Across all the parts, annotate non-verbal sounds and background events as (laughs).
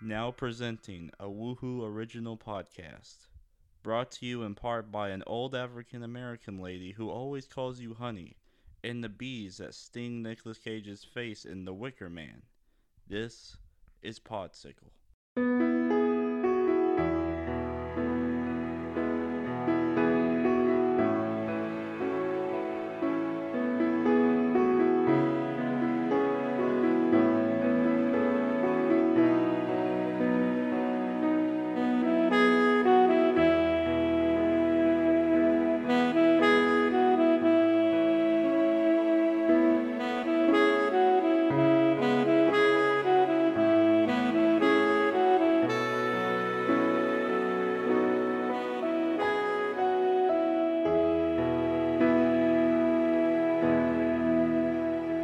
Now presenting a Woohoo original podcast. Brought to you in part by an old African American lady who always calls you honey, and the bees that sting Nicolas Cage's face in The Wicker Man. This is Podsicle.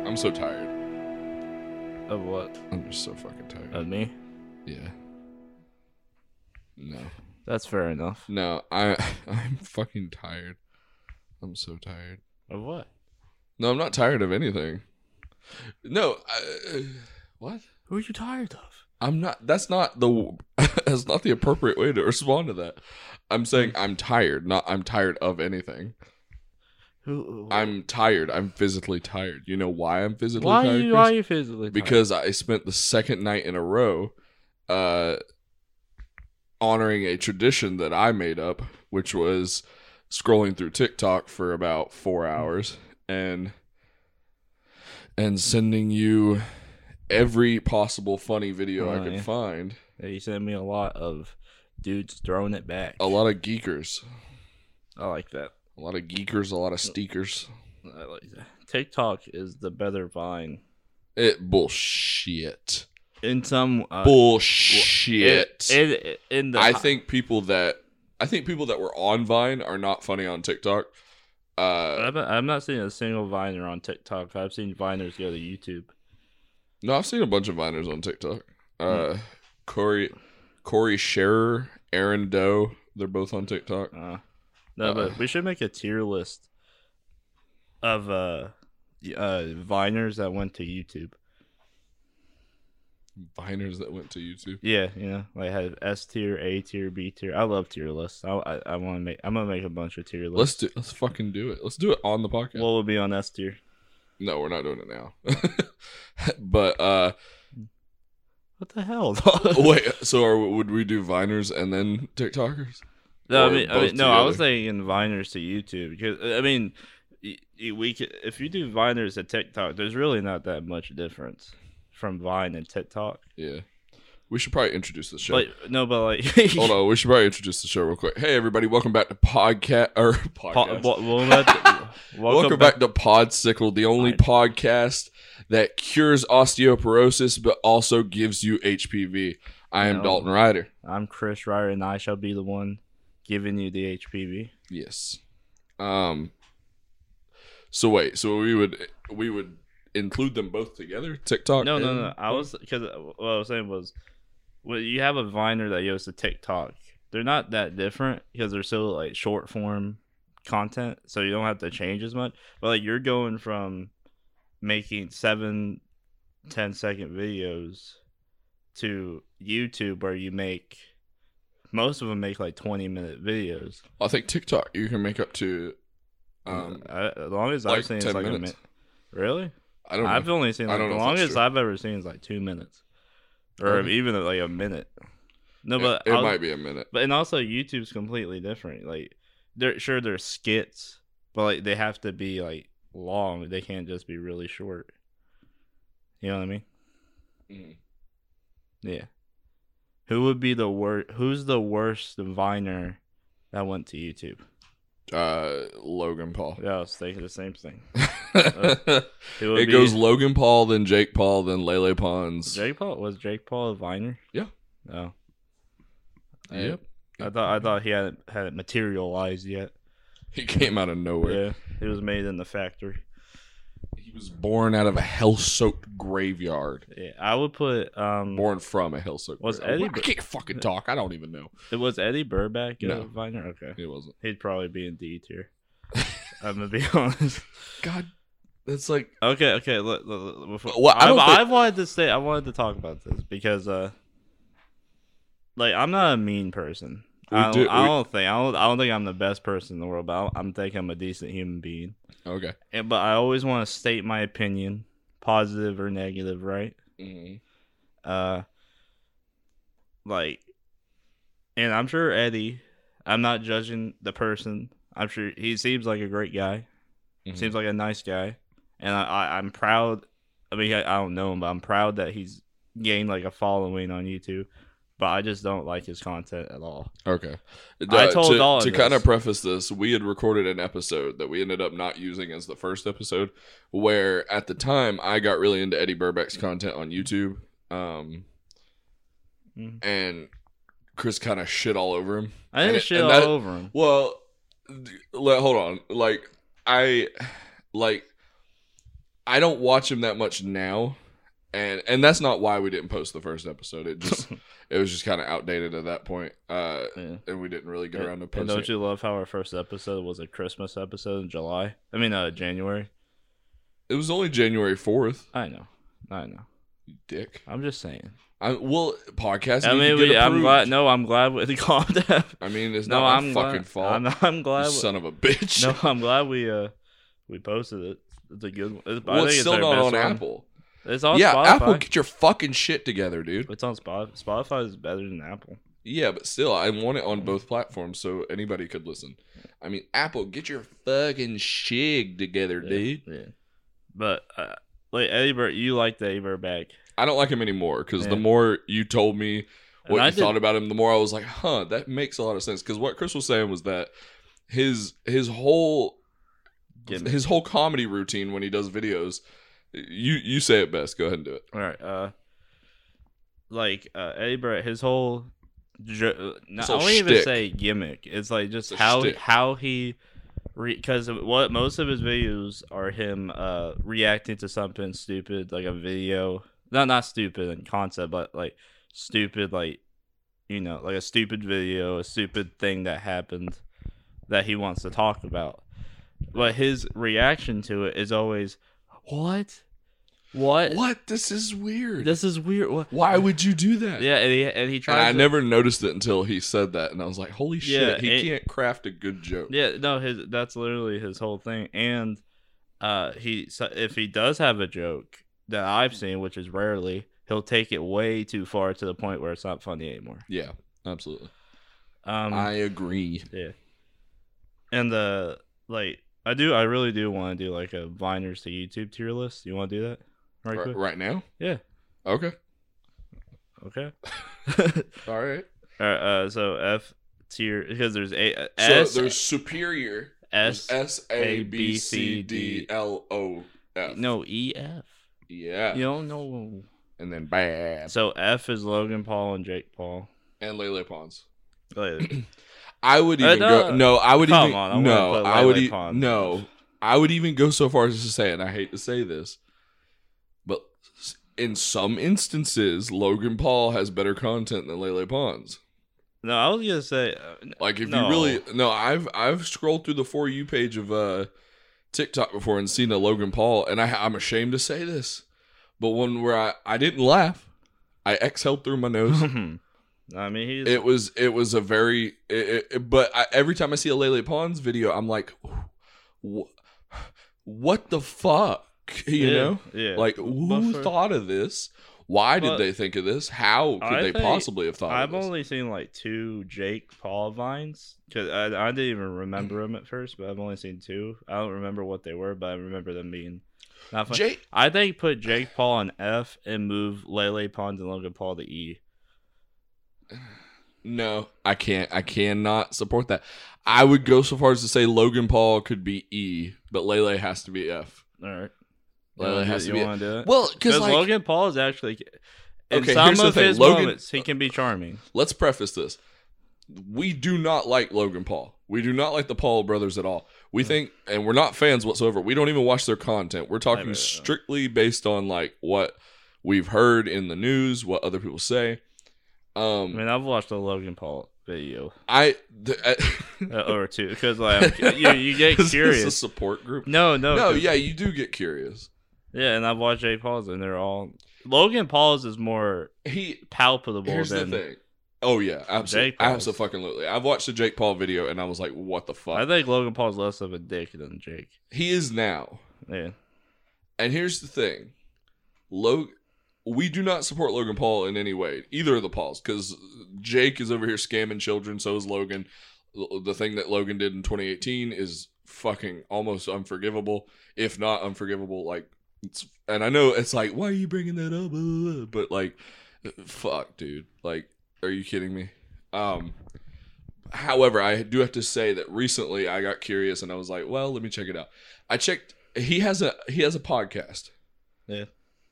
I'm so tired. Of what? I'm just so fucking tired. Of me? yeah. No. That's fair enough. No, I (laughs) I'm fucking tired. I'm so tired. Of what? No, I'm not tired of anything. No, I, what? Who are you tired of? I'm not that's not the (laughs) that's not the appropriate way to respond to that. I'm saying I'm tired, not I'm tired of anything. Who? I'm tired. I'm physically tired. You know why I'm physically Why are tired? you? Chris? Why are you physically? tired? because I spent the second night in a row uh, honoring a tradition that I made up, which was scrolling through TikTok for about four hours and and sending you every possible funny video I Oh, could yeah. find. Yeah, you sent me a lot of dudes throwing it back. A lot of geekers, I like that. a lot of geekers, a lot of steakers. I like that. TikTok is the better Vine. It bullshit. In some uh, Bullshit. In, in, in the I think people that I think people that were on Vine are not funny on TikTok. Uh, I'm, I'm not seeing a single Viner on TikTok. I've seen Viners go to YouTube. no, I've seen a bunch of Viners on TikTok. Uh, Corey, Corey Scherer, Aaron Doe, they're both on TikTok. Uh, no, Uh. but we should make a tier list of uh, y- uh Viners that went to YouTube. Viners that went to YouTube. Yeah, you know, like have S tier, A tier, B tier. I love tier lists. I I, I want to make. I'm gonna make a bunch of tier Let's lists. do. Let's fucking do it. Let's do it on the podcast. What would be on S tier? no, we're not doing it now. (laughs) but uh, oh, What the hell? (laughs) wait. So are, would we do Viners and then TikTokers? no, I Or mean, I both mean no, I was together. thinking Viners to YouTube because I mean, y- y- we could, if you do Viners to TikTok, there's really not that much difference from Vine and TikTok. Yeah. We should probably introduce the show. Like no, but like (laughs) Hold on, we should probably introduce the show real quick. Hey everybody, welcome back to podcast or (laughs) (laughs) Po- podcast. wa- we'll let the- (laughs) welcome, welcome back, to Podsicle, the only Fine. podcast that cures osteoporosis but also gives you HPV. I am No. Dalton Ryder. I'm Chris Ryder, and I shall be the one giving you the HPV. Yes. Um. So wait, so we would we would include them both together? TikTok? No, no, Oh, and- no. I was because what I was saying was, well, you have a Viner that goes to TikTok. They're not that different because they're still like short form content, so you don't have to change as much. But like you're going from making seven, ten second videos to YouTube where you make most of them make like 20 minute videos. I think TikTok you can make up to. Um, I, as long as like I've seen it's 10 like minutes. a minute. Really? I don't. I've know. only seen I like, don't the know if that's longest true. I've ever seen is like two minutes, or Okay. even like a minute. No, but it, it I'll- might be a minute. But and also YouTube's completely different. Like, they're sure they're skits, but like they have to be like long. They can't just be really short. You know what I mean? Mm. Yeah. Who would be the worst? Who's the worst Viner that went to YouTube? Uh, Logan Paul. Yeah, I was thinking the same thing. (laughs) Uh, Who would it be- goes Logan Paul, then Jake Paul, then Lele Pons. Jake Paul was Jake Paul a Viner? Yeah. Oh. I- Yep. I thought I thought he hadn't hadn't materialized yet. He came out of nowhere. Yeah, it was made in the factory. He was born out of a hell soaked graveyard. Yeah, I would put um. Born from a hell soaked Was graveyard. Eddie- I can't fucking talk. I don't even know. It was Eddie Burback a No. Viner. Okay, It wasn't. he'd probably be in D (laughs) tier. I'm gonna be honest. God, that's like. Okay, okay. Look, look, look, before, Well, I I, don't I, think- wanted to say I wanted to talk about this because uh, like I'm not a mean person. We I don't, do- I we- don't think I don't, I don't think I'm the best person in the world, but I, am think I'm a decent human being. Okay. And, but I always want to state my opinion, positive or negative, right? Uh, like, and I'm sure Eddie. I'm not judging the person. I'm sure he seems like a great guy. Mhm. Seems like a nice guy, and I, I I'm proud. I mean, I, I don't know him, but I'm proud that he's gained like a following on YouTube. But I just don't like his content at all. Okay. Uh, I told to, Dawn to this. kind of preface this, we had recorded an episode that we ended up not using as the first episode, where at the time I got really into Eddie Burbeck's content on YouTube, um, Mm. and Chris kind of shit all over him. I Mm-hmm. And didn't it- shit and all that- over him. Well, d- le- hold on. Like I, like I don't watch him that much now, and and that's not why we didn't post the first episode. (laughs) It just it was just kind of outdated at that point, uh, Yeah. and we didn't really go around to And posting. don't you love how our first episode was a Christmas episode in July? I mean, uh, January. It was only January fourth. I know, I know. You dick. I'm just saying. I well podcast. I mean, we, I'm glad. No, I'm glad with (laughs) the content. I mean, it's No, not I'm my glad- fucking fault. I'm, I'm glad. you son of a bitch. (laughs) no, I'm glad we uh we posted it. It's a good one. It's, I well, think it's it's still our not best on one. Apple. It's on yeah, Spotify. Apple, get your fucking shit together, dude. It's on Spotify. Spotify is better than Apple. Yeah, but still, I want it Mm. on both platforms so anybody could listen. I mean, Apple, get your fucking shit together, Yeah, dude. Yeah. But uh, like Eddie Bur- you liked Eddie Burback. I don't like him anymore because Yeah. the more you told me And what I you did- thought about him, the more I was like, huh, that makes a lot of sense. Because what Chris was saying was that his his whole Gimmick. his whole comedy routine when he does videos. You you say it best. Go ahead and do it. All right. Uh, like uh, Eddie Burback, his whole. Jo- not, I whole won't even shtick. say gimmick. It's like just It's a how shtick. how he, because what most of his videos are him uh reacting to something stupid, like a video. Not not stupid in concept, but like stupid, like you know, like a stupid video, a stupid thing that happened that he wants to talk about. But his reaction to it is always, "What? What? What? This is weird. This is weird. What? Why would you do that? Yeah, and he and he And tried. I to- never noticed it until he said that, and I was like, "Holy Yeah, shit! He it- can't craft a good joke." Yeah, no, his that's literally his whole thing. And uh, he so if he does have a joke that I've seen, which is rarely, he'll take it way too far to the point where it's not funny anymore. Yeah, absolutely. Um, I agree. and the like, I do, I really do want to do like a Viners to YouTube tier list. You want to do that? Right. Right, quick? right now? Yeah. Okay. (laughs) Okay. (laughs) All right. All right. Uh, so F tier because there's a So S there's superior. S S A B C D L O F. no E F. Yeah. You don't know. And then bad. So F is Logan Paul and Jake Paul. And Lele Pons. (clears throat) Like, I would Uh, even no. go. No, I would Come even. on, I wanna no, put I would. Lele e- Pons. no, I would even go so far as to say, and I hate to say this, but s- in some instances, Logan Paul has better content than Lele Pons. No, I was gonna say uh, n- Like if No. you really no, I've I've scrolled through the for you page of uh TikTok before and seen a Logan Paul, and I I'm ashamed to say this, but one where I I didn't laugh, I exhaled through (laughs) my nose. I mean, he's it was it was a very it, it- it- but I, every time i see a lele pons video i'm like "Wh- what the fuck (laughs) you yeah, know yeah. like But who for- thought of this why But- did they think of this how could I they think possibly have thought I've of this only seen like two Jake Paul vines because I, I didn't even remember him at first, but I've only seen two. I don't remember what they were, but I remember them being not fun. jake I think put Jake Paul on F and move Lele Pons and Logan Paul to E. no i can't i cannot support that i would go so far as to say logan paul could be e but lele has to be f All right. You Lele wanna do- has to you be want to do it? well because Because like, Logan Paul is actually in Okay, some here's the of thing, his Logan- moments he can be (laughs) charming. let's preface this. We do not like Logan Paul. We do not like the Paul brothers at all. We think, and we're not fans whatsoever. We don't even watch their content. We're Right, right, talking right. strictly based on like what we've heard in the news, what other people say. I Um, mean, I've watched a Logan Paul video. I, the, (laughs) uh, or two because like I'm- you, you get Is this a curious. support group. No, no, no, 'cause- yeah, you do get curious. yeah, and I've watched Jay Paul's and they're all Logan Paul's is more He palpable here's the than thing. Oh yeah, absolutely, Jake Paul's- absolutely. I've watched the Jake Paul video and I was like, "What the fuck?" I think Logan Paul's less of a dick than Jake. he is now. Yeah. And here's the thing, Log, we do not support Logan Paul in any way, either of the Pauls, because Jake is over here scamming children. So is Logan. L- The thing that Logan did in 2018 is fucking almost unforgivable, if not unforgivable. Like, it's, and I know it's like, why are you bringing that up? (laughs) Uh, But like, fuck, dude. Like, are you kidding me? Um. However, I do have to say that recently I got curious and I was like, well, let me check it out. I checked. He has a he has a podcast. Yeah.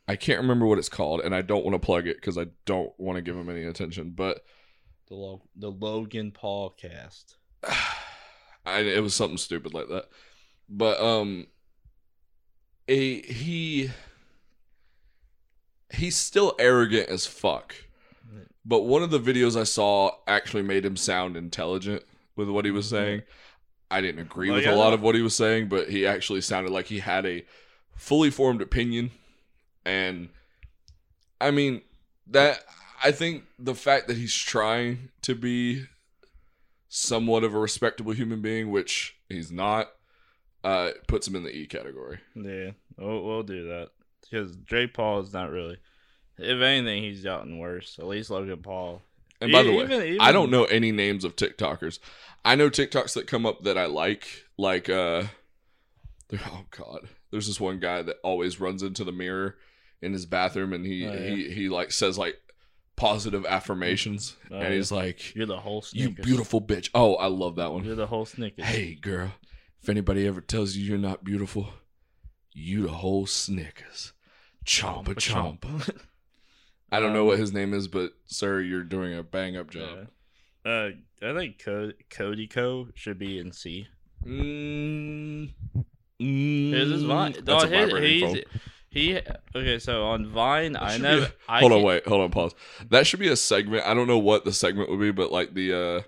I can't remember what it's called, and I don't want to plug it because I don't want to give him any attention. But (sighs) The Lo- the Logan Paul cast. I, it was something stupid like that. But um, a, he he's still arrogant as fuck. But one of the videos I saw actually made him sound intelligent with what he was saying. I didn't agree Mm-hmm. Well, with yeah, a lot no. of what he was saying, but he actually sounded like he had a fully formed opinion. And I mean, that I think the fact that he's trying to be somewhat of a respectable human being, which he's not, uh, puts him in the E category. Yeah. We'll, we'll do that. Because Jake Paul is not really. If anything, he's gotten worse. At least Logan Paul. And by E- the way, even- even- I don't know any names of TikTokers. I know TikToks that come up that I like, like uh, there- oh god, there's this one guy that always runs into the mirror in his bathroom and he Oh, yeah. he he like says like positive affirmations Oh, and yeah. he's like, You're the whole "You Snickers. beautiful bitch." Oh, I love that one. (laughs) You're the whole Snickers. Hey girl, if anybody ever tells you you're not beautiful, you the whole Snickers. Chompa chomp. I don't know Um, what his name is, but sir, you're doing a bang up job. Yeah. Uh, I think Co- Cody Co should be in C. Mm, His is Vine. That's dog, a vibrating his- phone. he's- He okay. So on Vine, I should know. be a- I hold on, can- wait, hold on, pause. That should be a segment. I don't know what the segment would be, but like the uh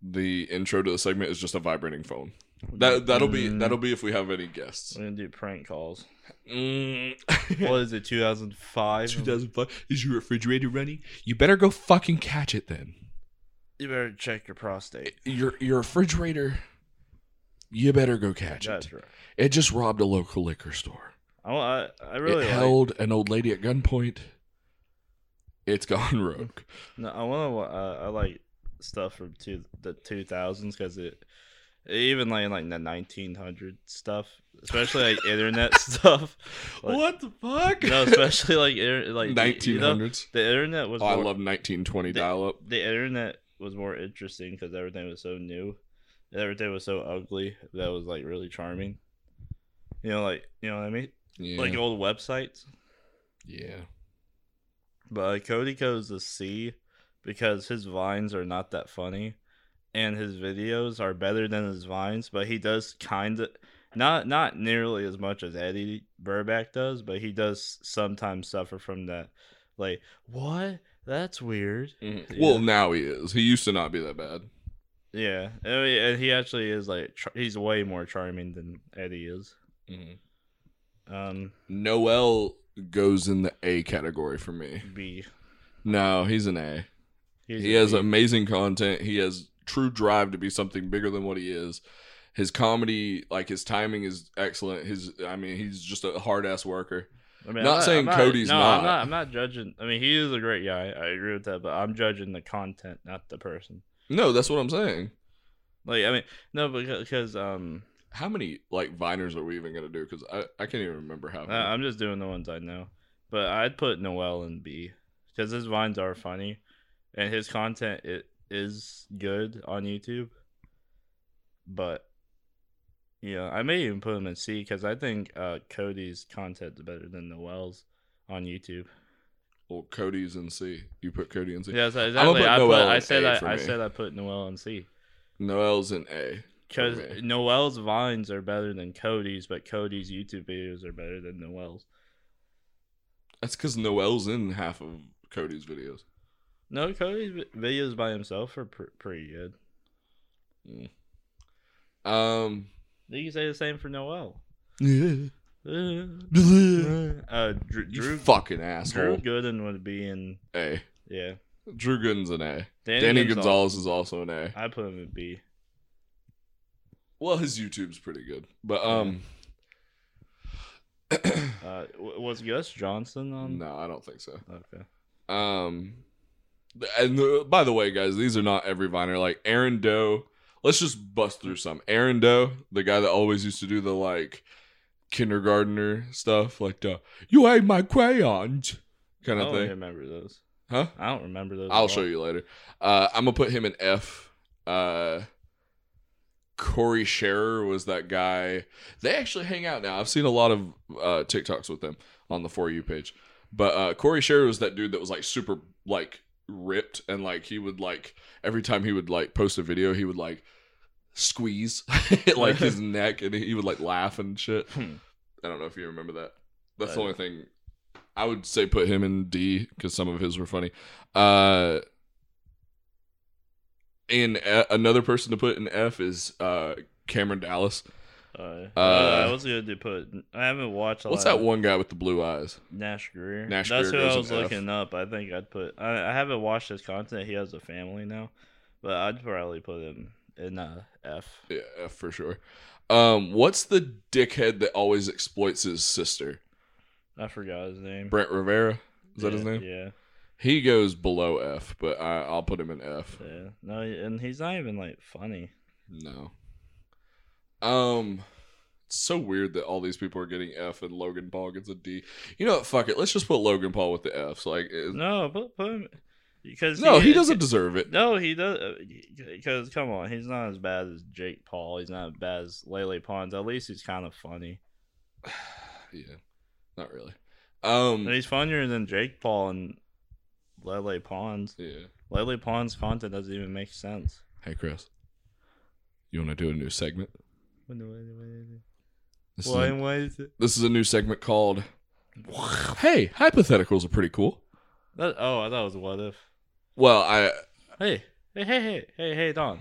the intro to the segment is just a vibrating phone. That that'll be Mm, that'll be if we have any guests. We're gonna do prank calls. Mm-hmm. Mm. what is it? Two thousand (laughs) five. 2005 is your refrigerator running? You better go fucking catch it then. You better check your prostate. Your your refrigerator you better go catch That's it. right. It just robbed a local liquor store. I, I, I really it like, held an old lady at gunpoint. It's gone (laughs) rogue. No, I want to. Uh, I like stuff from two, the two thousands because it even like in like the nineteen hundred stuff, especially like internet (laughs) stuff. Like, what the fuck? (laughs) No, especially like inter- like the- you Nineteen know, hundreds. the internet was. Oh, I more- love nineteen twenty the- dial up. the internet was more interesting because everything was so new. Everything was so ugly that was like really charming. You know, like you know what I mean, Yeah. like old websites. yeah. But uh, Cody goes to C because his vines are not that funny, and his videos are better than his vines. But he does kind of not not nearly as much as Eddie Burback does, but he does sometimes suffer from that. Like what? That's weird. Yeah. Well, now he is. He used to not be that bad. Yeah, I mean, and he actually is like char- he's way more charming than Eddie is. mm-hmm. Um, Noel goes in the A category for me. B. No, he's an A. He's he has B. amazing content. He has true drive to be something bigger than what he is. His comedy, like his timing, is excellent. His, I mean, he's just a hard ass worker. I mean, not I'm saying I'm Cody's no, not. I'm not. I'm not judging. I mean, he is a great guy. I agree with that, but I'm judging the content, not the person. No, that's what I'm saying. Like, I mean, no, because, because um, How many like viners are we even gonna do? Because I, I can't even remember how. I, Many. I'm just doing the ones I know. But I'd put Noel in B because his vines are funny, and his content it is good on YouTube. But yeah, I may even put him in C because I think uh, Cody's content is better than Noel's on YouTube. well, Cody's in C. You put Cody in C. Yeah, so gonna exactly. put I, put, Noel I in said A I, for I me. said I put Noel in C. Noel's in A. Because Okay. Noel's vines are better than Cody's, but Cody's YouTube videos are better than Noel's. That's because Noel's in half of Cody's videos. No, Cody's vi- videos by himself are pr- pretty good. Um. You can say the same for Noel. (laughs) Uh, you uh, Drew, Drew, fucking asshole. Drew Gooden would be in, A. yeah. Drew Gooden's an A. Danny Gonzalez is also an A. I put him in B. Well, his YouTube's pretty good, but um, (clears throat) no, Uh, w- was Gus Johnson on? I don't think so. Okay. Um, and the, by the way, guys, these are not every Viner. Like Aaron Doe, let's just bust through some. Aaron Doe, the guy that always used to do the like kindergartner stuff, like the "you ate my crayons" kind I of don't thing, remember those. huh? I don't remember those. I'll show you later. Uh, I'm gonna put him in F. Uh, Corey Scherer was that guy. They actually hang out now. I've seen a lot of uh, TikToks with them on the for you page. But uh, Corey Scherer was that dude that was like super like ripped and like he would like every time he would like post a video he would like squeeze (laughs) like his neck and he would like laugh and shit. Hmm. (laughs) I don't know if you remember that. That's the I only thing I would say put him in D because some of his were funny. Uh, and uh, another person to put in F is uh, Cameron Dallas. Uh, Uh, uh, I was going to put. I haven't watched. A What's lot that one guy with the blue eyes? Nash Greer. Nash That's who Greer goes I in was F. looking up. I think I'd put. I, I haven't watched his content. He has a family now, but I'd probably put him in uh, F. Yeah, F for sure. Um, what's the dickhead that always exploits his sister? I forgot his name. Brent Rivera. Is that his Yeah, name? Yeah. He goes below F, but I, I'll put him in F. Yeah. No, and he's not even like funny. No. Um, it's so weird that all these people are getting F and Logan Paul gets a D. You know what? Fuck it. Let's just put Logan Paul with the Fs. Like, it, no, No, put put him because he doesn't deserve it. No, he does. Because come on, he's not as bad as Jake Paul. He's not as bad as Lele Pons. At least he's kind of funny. yeah, not really. Um, And he's funnier than Jake Paul and Lele Pons. yeah. Lele Pons' content doesn't even make sense. Hey, Chris. You want to do a new segment? This, is, a, Why is (laughs) it? this is a new segment called. Hey, hypotheticals are pretty cool. That, oh, I thought it was what if. Well, I Hey, hey, hey, hey, hey, hey, Don.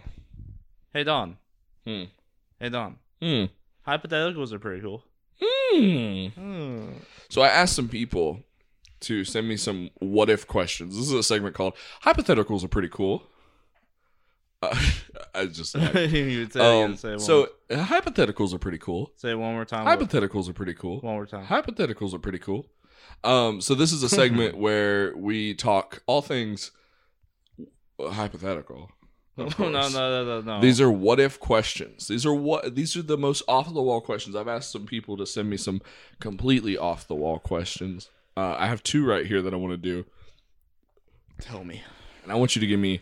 Hey, Don. Hmm. Hey, Don. hmm. Hypotheticals are pretty cool. Hmm. Hmm. So I asked some people to send me some what if questions. This is a segment called Hypotheticals are pretty cool. Uh, (laughs) (laughs) I (laughs) just you like, would say, it um, again, say it so one, uh, hypotheticals are pretty cool. say it one more time. what- Hypotheticals are pretty cool. one more time. Hypotheticals are pretty cool. Um, so this is a segment where we talk all things hypothetical. (laughs) no, (laughs) of no, no, course. no, no. These are what if questions. These are what these are the most off the wall questions. I've asked some people to send me some completely off the wall questions. Uh, I have two right here that I want to do, tell me. and I want you to give me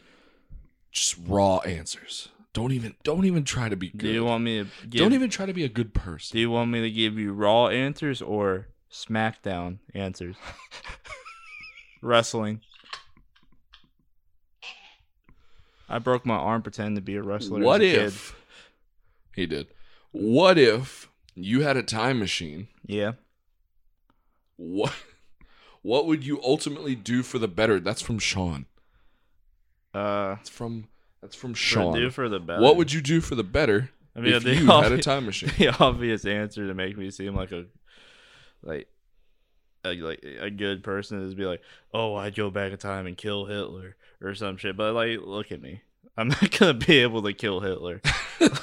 just raw answers. Don't even don't even try to be good. Do you want me to give, don't even try to be a good person. Do you want me to give you raw answers or SmackDown (laughs) answers? Wrestling. I broke my arm pretending to be a wrestler. What as a kid. if he did? What if you had a time machine? Yeah. What what would you ultimately do for the better? That's from Sean. Uh, That's from that's from Sean. Sean. do for the better. What would you do for the better I mean, if the (laughs) you had a obvi- time machine? the obvious answer to make me seem like a like a, like a good person is be like, oh, I'd go back in time and kill Hitler or some shit. But like, look at me. I'm not gonna be able to kill (laughs) Hitler.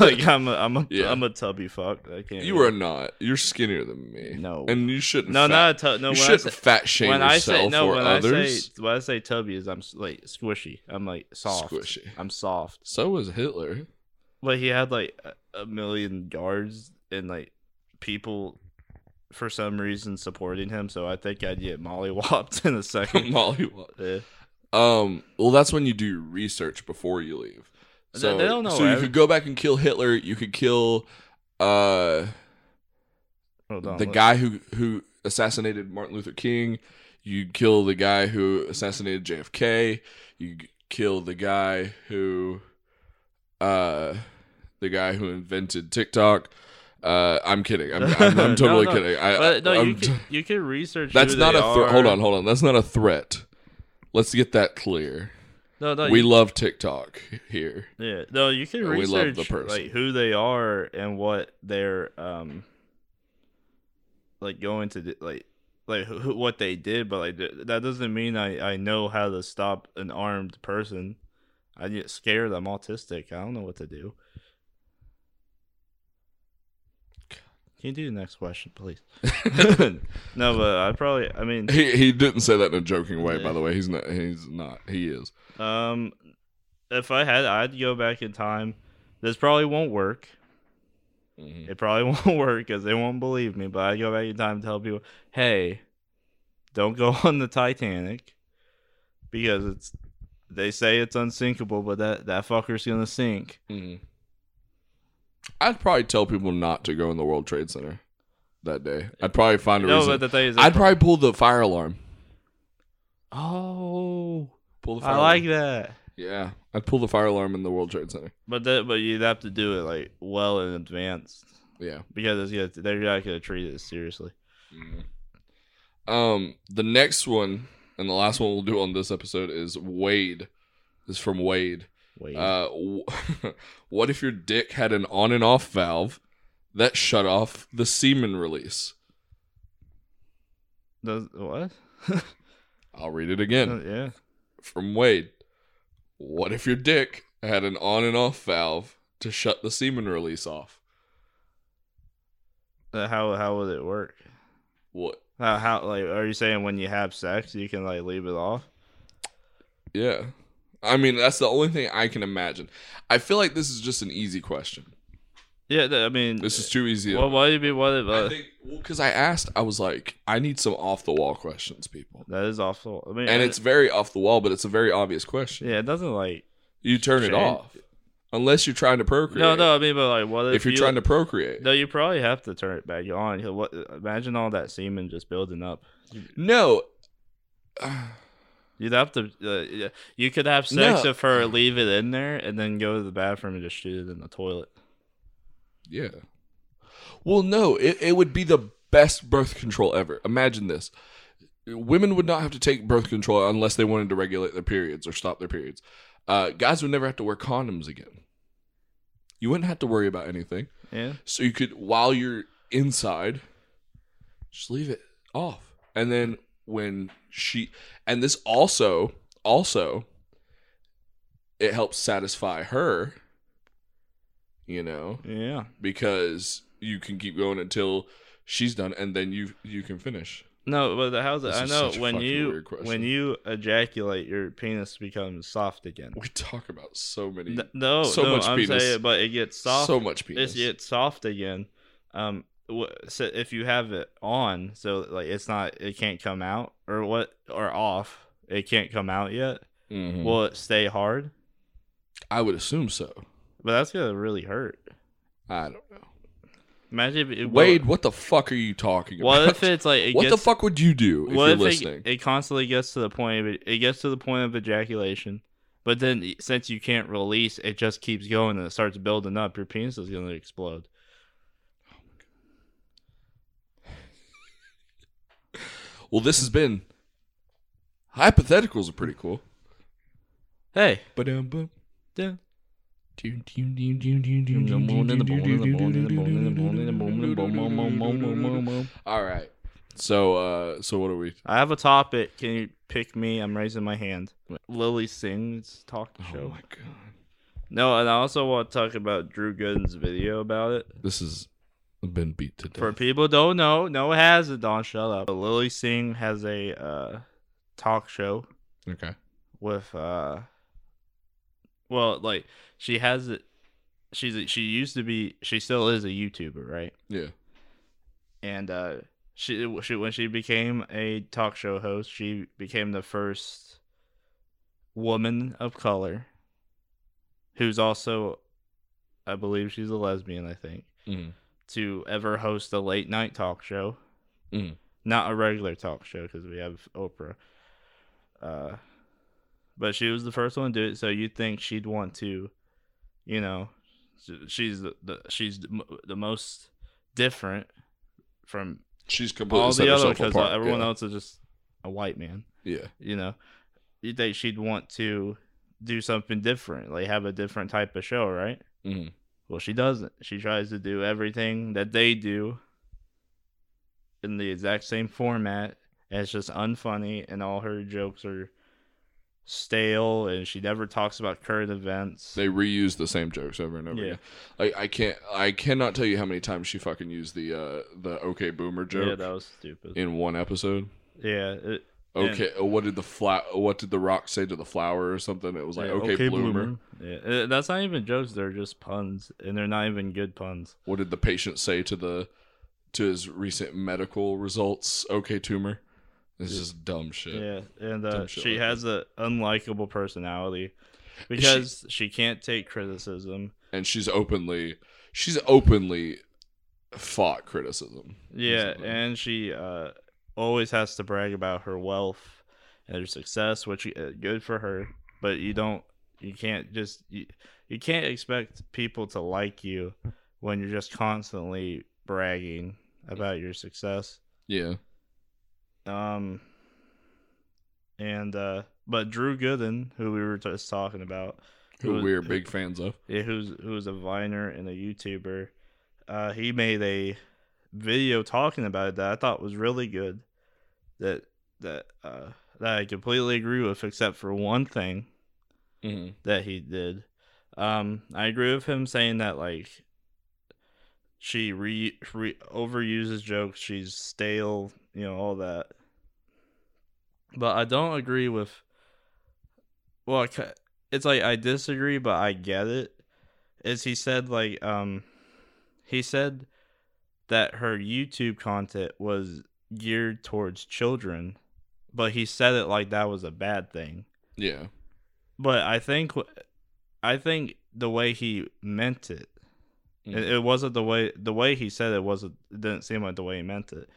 like I'm a I'm a Yeah. am a tubby fuck. I can't. You are not. You're skinnier than me. No. and you shouldn't. no fat, not a tub. No you when I shouldn't say, fat shame when yourself I say no or when I others. say when I say tubby is I'm s- like squishy. I'm like soft. Squishy. I'm soft. So was Hitler. (laughs) But he had like a- a million guards and like people for some reason supporting him, so I think I'd get mollywopped (laughs) in a second. Molly. Eh. Um. Well, that's when you do research before you leave. They- So they don't know So you every- could go back and kill Hitler. You could kill, uh, Hold on, the let- guy who who assassinated Martin Luther King. You could kill the guy who assassinated JFK. You could kill the guy who, uh, the guy who invented TikTok. Uh, I'm kidding. I'm, I'm, (laughs) I'm No, totally no. kidding. I, But no, I'm you t- could, you could research. uh, um, (laughs) that's who not they a are. threat. Hold on, hold on. That's not a threat. Let's get that clear. No, no, we you, love TikTok (laughs) here. (laughs) yeah, no, you could and we love research the person. like who they are and what they're um like going to do, like like wh- wh- what they did, but like th- that doesn't mean I I know how to stop an armed person. I get scared. I'm autistic. I don't know what to do. Can you do the next question, please? no, but I probably. I mean, He he didn't say that in a joking way, by Yeah. the way. He's not. He's not. He is. Um, if I had, I'd go back in time. This probably won't work. It probably (laughs) won't work because they won't believe me. But I'd go back in time and tell people, hey, don't go (laughs) on the Titanic because it's they say it's unsinkable, but that that fucker's gonna sink. Mm-hmm. I'd probably tell people not to go in the World Trade Center that day. I'd probably find a No, but reason. the thing is, I'd probably pull the fire alarm. oh, Pull the fire I like alarm. that. Yeah, I'd pull the fire alarm in the World Trade Center. But that, but you'd have to do it like well in advance Yeah. because it's gonna, they're not gonna treat it seriously. Um, the next one and the last one we'll do on this episode is Wade. Is from Wade. Wait, Uh, w- (laughs) what if your dick had an on and off valve that shut off the semen release? does (laughs) what? (laughs) I'll read it again yeah. from Wade. What if your dick had an on and off valve to shut the semen release off? Uh, How how would it work? What? How, how like are you saying when you have sex you can like leave it off? Yeah. I mean, that's the only thing I can imagine. I feel like this is just an easy question. Yeah, th- I mean, This is too easy. Well, why do you be what if I uh, think because I asked, I was like, I need some off the wall questions, people. that is awful. I mean, And I- it's very off the wall, but it's a very obvious question. yeah, it doesn't like You turn it Shane? off unless you're trying to procreate. no, no. I mean, but like, what if, If you're you, trying to procreate, No, you probably have to turn it back on. 'cause What? Imagine all that semen just building up. no, You'd have to. Uh, yeah, you could have sex No. if her leave it in there and then go to the bathroom and just shoot it in the toilet. yeah. Well, no, it, it would be the best birth control ever. Imagine this: women would not have to take birth control unless they wanted to regulate their periods or stop their periods. Uh, guys would never have to wear condoms again. You wouldn't have to worry about anything. Yeah. So you could, while you're inside, just leave it off. And then when she, and this also, also, it helps satisfy her, you know, Yeah. because you can keep going until she's done and then you you can finish. No, but the- how's it? This I is know such a when fucking you weird question. when you ejaculate, your penis becomes soft again. We talk about so many, N- no, so no, much I'm penis. saying, but it gets soft. so much it penis. gets soft again. Um, wh- so if you have it on, so like it's not, it can't come out, or what, or off, it can't come out yet. Mhm. Will it stay hard? I would assume so. But that's gonna really hurt. I don't know. Imagine if it, Wade, what the fuck are you talking What, what about? if it's like it what gets, the fuck would you do if what you're if it- listening? It, constantly gets to the point of it, it gets to the point of ejaculation, but then since you can't release, it just keeps going and it starts building up. Your penis is gonna explode. Well, this has been hypotheticals are pretty cool. Hey. But um, boom. dun. All right. So, uh, so what are we? I have a topic. Can you pick me? I'm raising my hand. Lily Singh's talk Oh show. my god, no, and I also want to talk about Drew Gooden's video about it. this has been beat to For death. people who don't know, no, it hasn't. Don, shut up. Lily Singh has a uh, talk show Okay. with, uh, well, like she has it. She's a, she used to be. She still is a YouTuber, right? Yeah. and uh, she, she when she became a talk show host, she became the first woman of color who's also, I believe, she's a lesbian. I think Mhm. to ever host a late night talk show, Mm. not a regular talk show because we have Oprah. Uh, but she was the first one to do it, so you'd think she'd want to, you know, s- she's the, the she's the, mo- the most different from She's completely all set the other herself because apart. everyone yeah. else is just a white man. Yeah. You know, you think she'd want to do something different, like have a different type of show, right? Mhm. Well, she doesn't. She tries to do everything that they do, in the exact same format, and it's just unfunny, and all her jokes are stale, and she never talks about current events. They reuse the same jokes over and over Yeah. again. Like I can't, I cannot tell you how many times she fucking used the uh the okay boomer yeah, joke that was stupid. in one episode. yeah, it, Okay, uh, what did the fla- What did the rock say to the flower or something? It was like yeah, okay, bloomer. Yeah, uh, that's not even jokes; they're just puns, and they're not even good puns. What did the patient say to the to his recent medical results? Okay, tumor. This is just dumb shit. Yeah, and uh, Dumb shit she like has an unlikable (laughs) personality because she can't take criticism. And she's openly, she's openly fought criticism. Yeah, Basically. and she uh, always has to brag about her wealth and her success, which uh, good for her. But you don't, you can't just, you, you can't expect people to like you when you're just constantly bragging about your success. Yeah. Um, and uh, but Drew Gooden, who we were just talking about, Who Who- we're big fans of. yeah, who's who's a viner and a YouTuber. Uh, he made a video talking about it that I thought was really good. That that uh, that I completely agree with, except for one thing Mm-hmm. that he did. Um, I agree with him saying that like she re, re overuses jokes, she's stale, you know, all that. But I don't agree with. Well, I ca- it's like I disagree, but I get it. Is he said like um, he said that her YouTube content was geared towards children, but he said it like that was a bad thing Yeah. but I think I think the way he meant it, Mm. it, it wasn't the way the way he said it wasn't. It didn't seem like the way he meant it.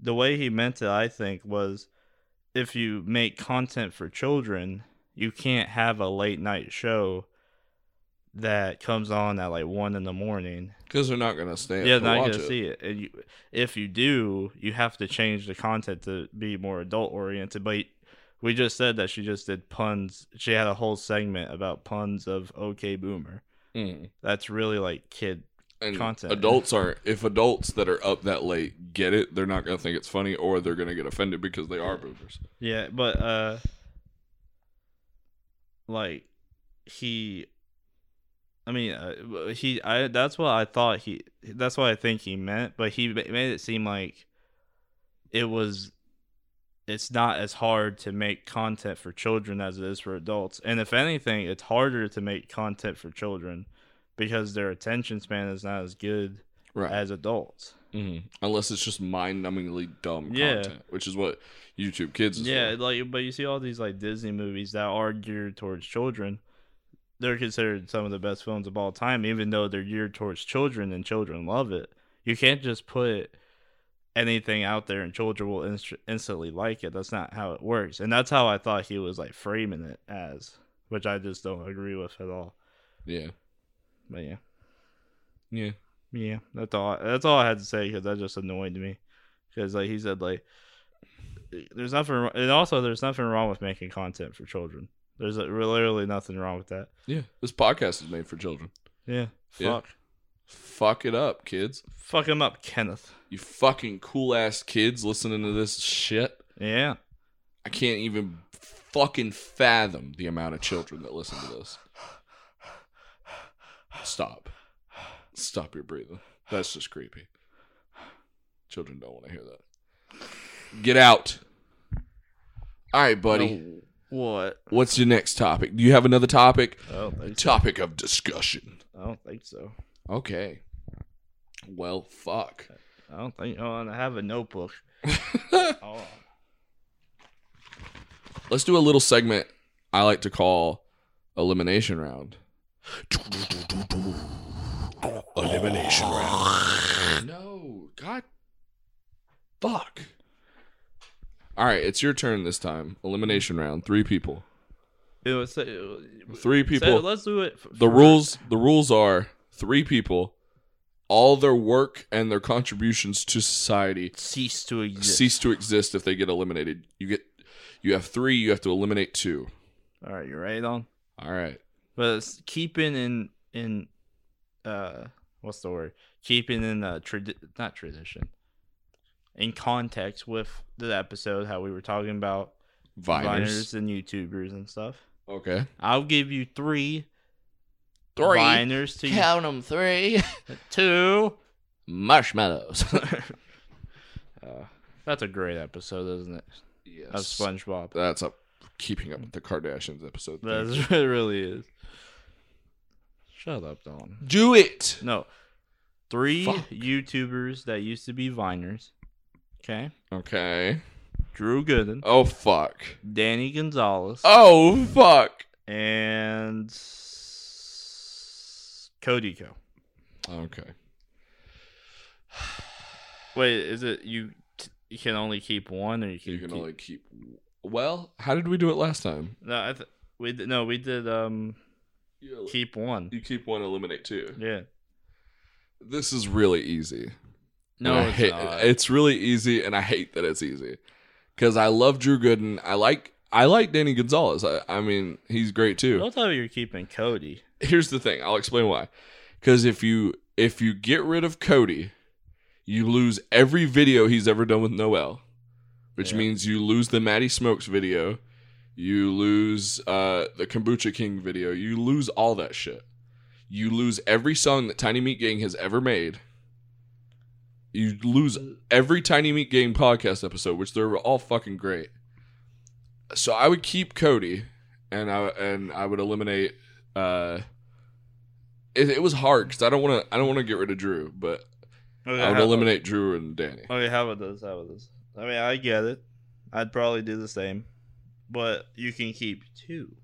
The way he meant it, I think, was if you make content for children, you can't have a late night show that comes on at like one in the morning. Because they're not gonna stay. up yeah, to not watch gonna it. see it. And you, if you do, you have to change the content to be more adult oriented. But we just said that she just did puns. She had a whole segment about puns of OK Boomer. Mm. That's really like kid. And Content. adults aren't. If adults that are up that late get it, they're not gonna think it's funny, or they're gonna get offended because they are boomers. Yeah, but uh, like he. I mean, uh, he. I. That's what I thought he. That's what I think he meant. But he ma- made it seem like it was. It's not as hard to make content for children as it is for adults, and if anything, it's harder to make content for children because their attention span is not as good Right. as adults. Mm-hmm. Unless it's just mind-numbingly dumb Yeah. content, which is what YouTube Kids is. yeah for. like but you see all these like disney movies that are geared towards children they're considered some of the best films of all time even though they're geared towards children and children love it you can't just put anything out there and children will inst- instantly like it that's not how it works and that's how i thought he was like framing it as which i just don't agree with at all yeah, but yeah yeah. yeah, that's all. That's all I had to say because that just annoyed me. Because like he said, like there's nothing, wr- and also there's nothing wrong with making content for children. There's like, literally nothing wrong with that. Yeah, this podcast is made for children. Yeah, Yeah. fuck, Fuck it up, kids. fuck him up, Kenneth. You fucking cool ass kids listening to this shit. Yeah, I can't even fucking fathom the amount of children that listen to this. Stop. Stop your breathing. That's just creepy. Children don't want to hear that. Get out. All right, buddy. Oh, What? What's your next topic? Do you have another topic? I don't think. So. Topic of discussion. I don't think so. Okay. Well, fuck. I don't think. Oh, and I have a (laughs) notebook. oh, Let's do a little segment I like to call elimination round. Elimination round. No, God. Fuck. All right, it's your turn this time. Elimination round. Three people. it was. Say, Three say- people. let's do it. f- The for- rules. The rules are three people. All their work and their contributions to society cease to exist. cease to exist if they get eliminated. You get. You have three. You have to eliminate two. All right, you right on. All right. but it's keeping in in uh what's the word keeping in uh trad not tradition in context with the episode how we were talking about Viners. viners and YouTubers and stuff. Okay. I'll give you three, Three. viners to Uh, Count 'em three. (laughs) two. (laughs) Marshmallows. (laughs) Uh, that's a great episode, isn't it? Yes. Of SpongeBob. That's up keeping up with the Kardashians episode. That's, (laughs) thing. it really is. Shut up, Don. Do it. No. Three Fuck. YouTubers that used to be Viners. Okay. Okay. Drew Gooden, Oh fuck. Danny Gonzalez, Oh fuck. and s- Cody Co. Okay. Wait, is it you? T- you can only keep one, or you can, You can keep- only keep. Well, how did we do it last time? No, I th- we did, no, we did um You, keep one. you keep one, eliminate two. Yeah. This is really easy. No, And I it's hate- not. It's really easy, and I hate that it's easy because I love Drew Gooden. I like I like Danny Gonzalez. I, I mean, he's great too. Don't tell me you're keeping Cody. here's the thing. I'll explain why. Because if you if you get rid of Cody, you lose every video he's ever done with Noel, which Yeah. means you lose the Maddie Smokes video, you lose uh, the Kombucha King video, you lose all that shit. You lose every song that Tiny Meat Gang has ever made. You lose every Tiny Meat Gang podcast episode, which they're all fucking great. So I would keep Cody, and I and I would eliminate uh it, it was hard because I don't want to. I don't want to get rid of Drew, but Okay, I would how- eliminate Drew and Danny. Okay, how about this? How about this? I mean, I get it. I'd probably do the same, but you can keep two.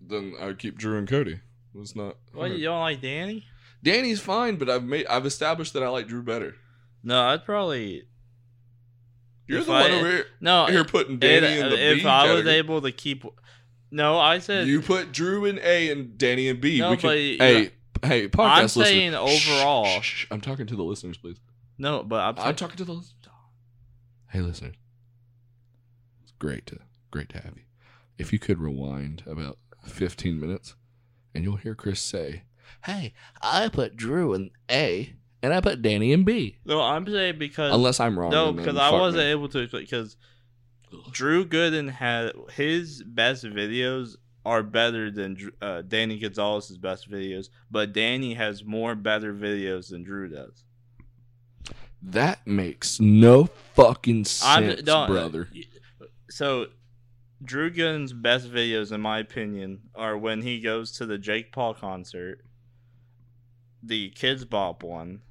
Then I would keep Drew and Cody. It's not. Well, hard. you don't like Danny? Danny's fine, but I've made. I've established that I like Drew better. No, I'd probably You're If the I- one over here, no. here putting it- Danny in the if B I was category. able to keep, no, I said you put Drew in A and Danny in B. No, we can, but you- hey, hey, podcast I'm listeners. saying Shh, overall. shh, shh. I'm talking to the listeners, please. no, but I'm, I'm talking to the listeners. Hey, listeners. It's great to great to have you. If you could rewind about 15 minutes, and you'll hear Chris say, hey, I put Drew in A, and I put Danny in B. no, I'm saying because "Unless I'm wrong." no, and then because I fuck wasn't me. able to because Drew Gooden had his best videos are better than Dr- uh, Danny Gonzalez's best videos, but Danny has more better videos than Drew does. That makes no fucking sense, don't- brother. So, Drew Gooden's best videos, in my opinion, are when he goes to the Jake Paul concert, the Kids Bop one,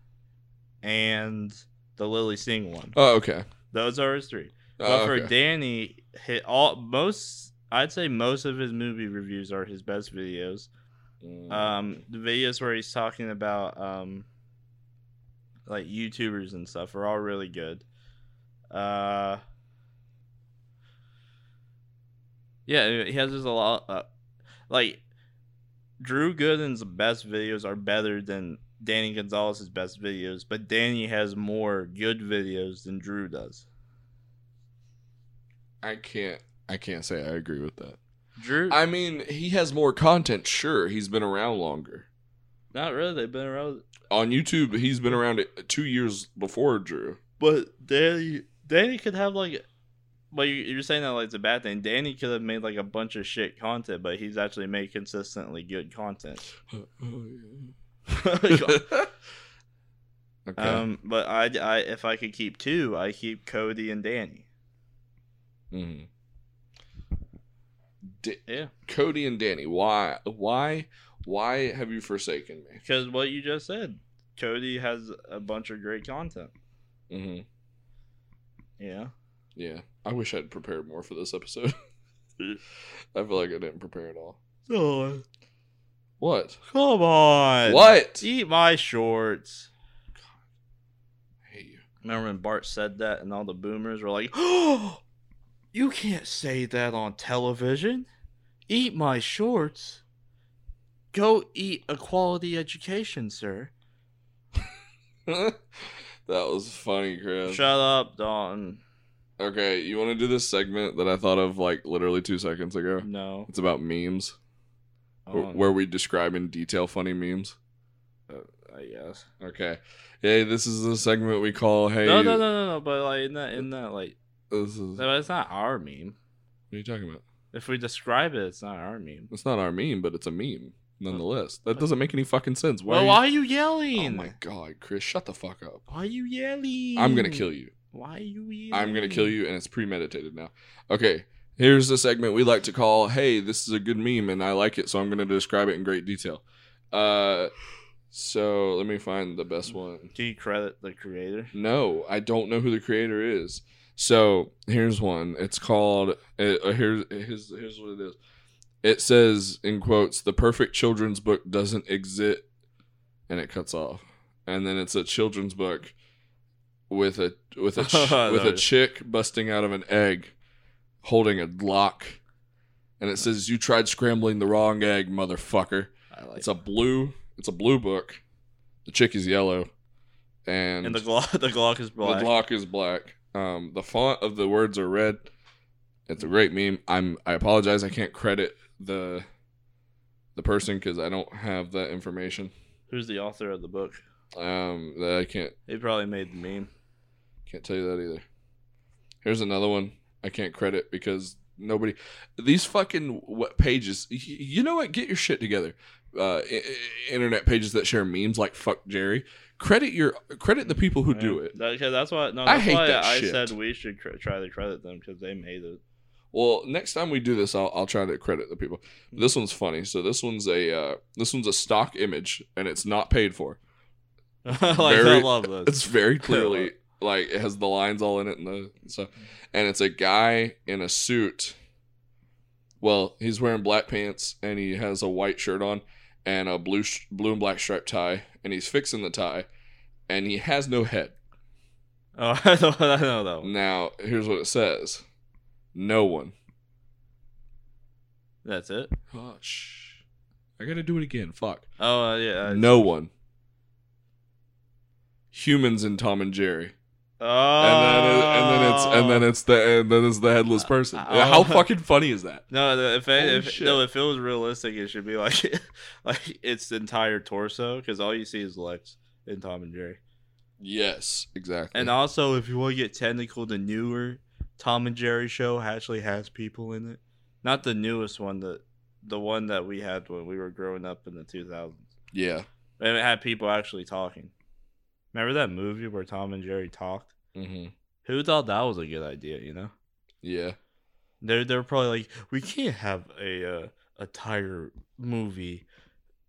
and the Lily Singh one. Oh, okay. Those are his three. But Oh, uh, for okay. Danny, hit all most. I'd say most of his movie reviews are his best videos. Um, the videos where he's talking about um, like YouTubers and stuff are all really good. Uh, yeah, he has just a lot. Uh, like Drew Gooden's best videos are better than Danny Gonzalez's best videos, but Danny has more good videos than Drew does. I can't. I can't say I agree with that. Drew, I mean, he has more content. Sure, he's been around longer not really. They've been around on YouTube. He's been around it two years (laughs) before Drew. But Danny, Danny could have like, but you- you're saying that like it's a bad thing. Danny could have made like a bunch of shit content, but he's actually made consistently good content. (laughs) okay. Um, but I, I, if I could keep two, I keep Cody and Danny. Mhm. D- Yeah, Cody and Danny, why, why, why have you forsaken me? because what you just said, Cody has a bunch of great content. Mm-hmm. Yeah, Yeah, I wish I'd prepared more for this episode. (laughs) I feel like I didn't prepare at all. oh, What? come on, What? Eat my shorts. I hate you. Remember when Bart said that, and all the boomers were like, "Oh, you can't say that on television. Eat my shorts. Go eat a quality education, sir." (laughs) that was funny, Chris. Shut up, Don. okay, you want to do this segment that I thought of like literally two seconds ago? No. It's about memes, I wh- don't- where we describe in detail funny memes. uh, I guess. Okay. Hey, this is the segment we call Hey. No, no, no, no, no. But like in that, in that, like, This is, what but it's not our meme. are you talking about? If we describe it, it's not our meme. It's not our meme, but it's a meme nonetheless. That doesn't make any fucking sense. Why? well, are why are you you- yelling? oh my god, Chris, shut the fuck up. Why are you yelling? I'm gonna kill you. Why are you yelling? I'm gonna kill you, and it's premeditated now. Okay, here's the segment we like to call "Hey, this is a good meme, and I like it, so I'm gonna describe it in great detail." Uh, so let me find the best one. Do you credit the creator? No, I don't know who the creator is. So here's one. It's called. Uh, uh, here's here's here's what it is. It says in quotes, "The perfect children's book doesn't exist," and it cuts off. And then it's a children's book with a with a ch- I with a noticed. chick busting out of an egg, holding a lock, and it says, "You tried scrambling the wrong egg, motherfucker." I like It's a blue. It's a blue book. The chick is yellow, and and the Glock. (laughs) The Glock is black. the Glock is black. Um, the font of the words are red. It's a great meme. I'm. I apologize. I can't credit the the person because I don't have that information. Who's the author of the book? Um, that I can't He probably made the meme. can't tell you that either. Here's another one. I can't credit because nobody. These fucking what pages? y- You know what? Get your shit together. Uh, i- i- internet pages that share memes like "fuck Jerry." Credit your credit the people who do Yeah. it. That, 'cause that's why. No, I that's hate why that I shit. said we should cr- try to credit them because they made it. (laughs) Well, next time we do this, I'll, I'll try to credit the people. This one's funny. So this one's a uh, this one's a stock image, and it's not paid for. like I Very- love this. (laughs) It's very clearly like it has the lines all in it and the so, and it's a guy in a suit. Well, he's wearing black pants and he has a white shirt on and a blue sh- blue and black striped tie, and he's fixing the tie, and he has no head. Oh, (laughs) I know, I know that one. Now here's what it says: No one. That's it. Oh, shh. I gotta do it again. Fuck. Oh uh, yeah. I- no one. Humans in Tom and Jerry, Oh. and then it, and then it's and then it's the and then it's the headless person. Oh. How fucking funny is that? No, the- if Holy it, if, shit. no, if it was realistic, it should be like (laughs) like its entire torso because all you see is legs in Tom and Jerry. Yes, exactly. And also, if you want to get technical, the newer Tom and Jerry show actually has people in it. Not the newest one, the the one that we had when we were growing up in the 2000s. yeah. And it had people actually talking. Remember that movie where Tom and Jerry talked? Mm-hmm. Who thought that was a good idea? You know, Yeah. they're they're probably like, we can't have a uh, a tire movie,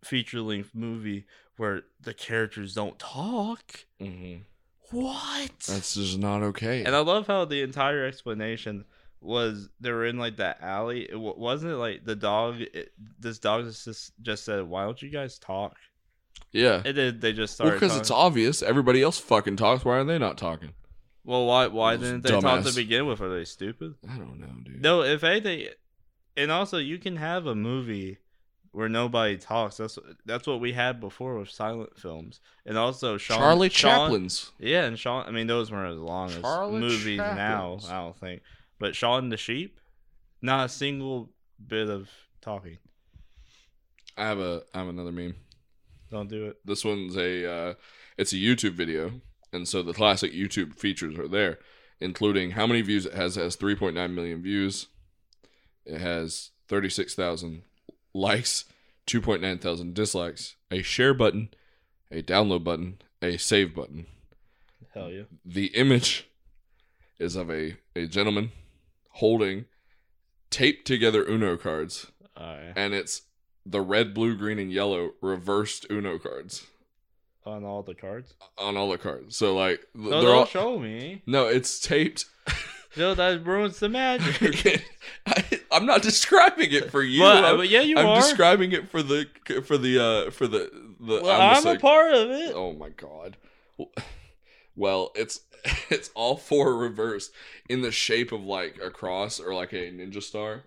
feature length movie where the characters don't talk. Mm-hmm. uh, What? That's just not okay. And I love how the entire explanation was they were in like that alley. It w- wasn't it like the dog. It, this dog just just said, "Why don't you guys talk?" yeah. And then they just Well, started. because it's obvious. Everybody else fucking talks. Why are they not talking? well, why why Those didn't they talk to dumbass. begin with? Are they stupid? I don't know, dude. No, if anything, and also you can have a movie where nobody talks. That's that's what we had before with silent films, and also Sean, Charlie Sean- Chaplin's. Yeah, and Sean. I mean, those weren't as long as Charlie movies now. Chaplin's. I don't think. But Sean the Sheep, not a single bit of talking. I have a I have another meme. Don't do it. This one's a uh, it's a YouTube video, and so the classic YouTube features are there, including how many views it has. It has 3.9 million views. It has 36,000 likes, 2.9 thousand dislikes, a share button, a download button, a save button. Hell yeah. The image is of a a gentleman holding taped together Uno cards, All right. and it's the red, blue, green, and yellow reversed Uno cards On all the cards. on all the cards. So like th- No, they're don't all show me. no, it's taped. (laughs) No, that ruins the magic. I, I'm not describing it for (laughs) you. but, uh, I'm, but yeah, you I'm are. describing it for the for the uh for the the. well, I'm I'm just a like, part of it. Oh my god. (laughs) Well, it's (laughs) it's all four reversed in the shape of like a cross or like a ninja star.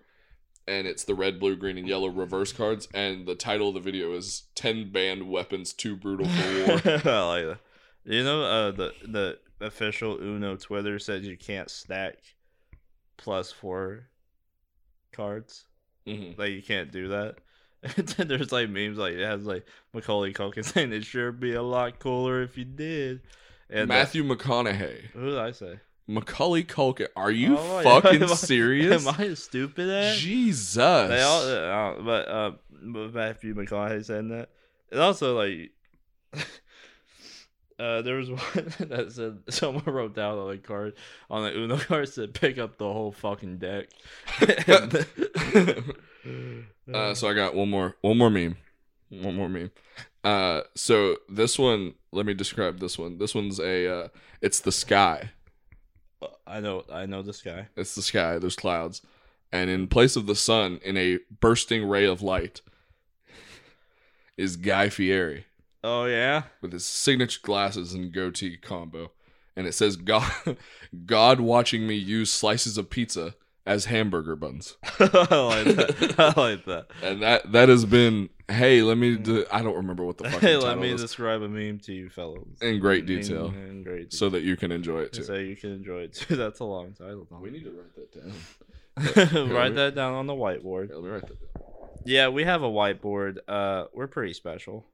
And it's the red, blue, green, and yellow reverse cards. And the title of the video is 10 Banned Weapons Too Brutal for (laughs) War. I like that. You know, uh, the the official Uno Twitter says you can't stack plus four cards. hmm Mm-hmm. Like you can't do that. (laughs) There's like memes like it has like Macaulay Culkin (laughs) saying it sure be a lot cooler if you did. And that- Matthew McConaughey, who did I say? (laughs) Macaulay Culkin. Are you Oh, yeah. (laughs) fucking Am I- serious? Am I a stupid ass? Jesus. They all, (laughs) uh, but uh, but Matthew McConaughey saying that, and also like, (laughs) uh, there was (laughs) one that said someone wrote down on the card on the Uno (laughs) card said pick up the whole fucking deck. (laughs) (laughs) Uh, so I got one more, one more meme, one more meme. Uh, so this one, let me describe this one. This one's a, uh, it's the sky. (laughs) I know, I know this guy. It's the sky. There's clouds, and in place of the sun, in a bursting ray of light, is Guy Fieri Oh yeah, with his signature glasses and goatee combo, and it says God, (laughs) God watching me use slices of pizza as hamburger buns. (laughs) I like that. I like that. And that that has been hey, let me do, I don't (laughs) remember what the (laughs) fucking Hey, let title me is describe a meme to you, fellas. in great Meme detail In great so that you can enjoy it detail. so too. you can enjoy it too. (laughs) That's a long title. though. (laughs) need to write that down. Write that down on the whiteboard. Here, let me write that down. Yeah, we have a whiteboard. Uh, we're pretty special.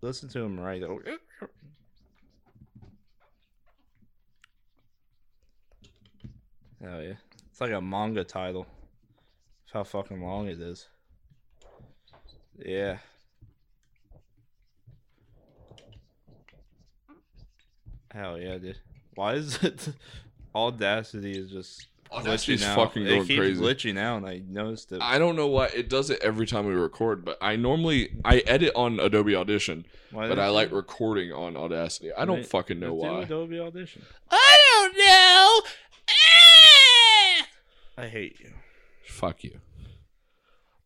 Listen to him right. Oh, yeah, it's like a manga title. That's how fucking long it is. Yeah. Hell yeah, dude. Why is (laughs) it Audacity is just Audacity's glitching out. Oh, fucking it going keeps crazy. glitching out, and I noticed it. I don't know why it does it every time we record, but I normally I edit on Adobe Audition, Why but did I you- like recording on Audacity. I don't Right. fucking know Let's do why. Adobe Audition. I Eh! I hate you. Fuck you.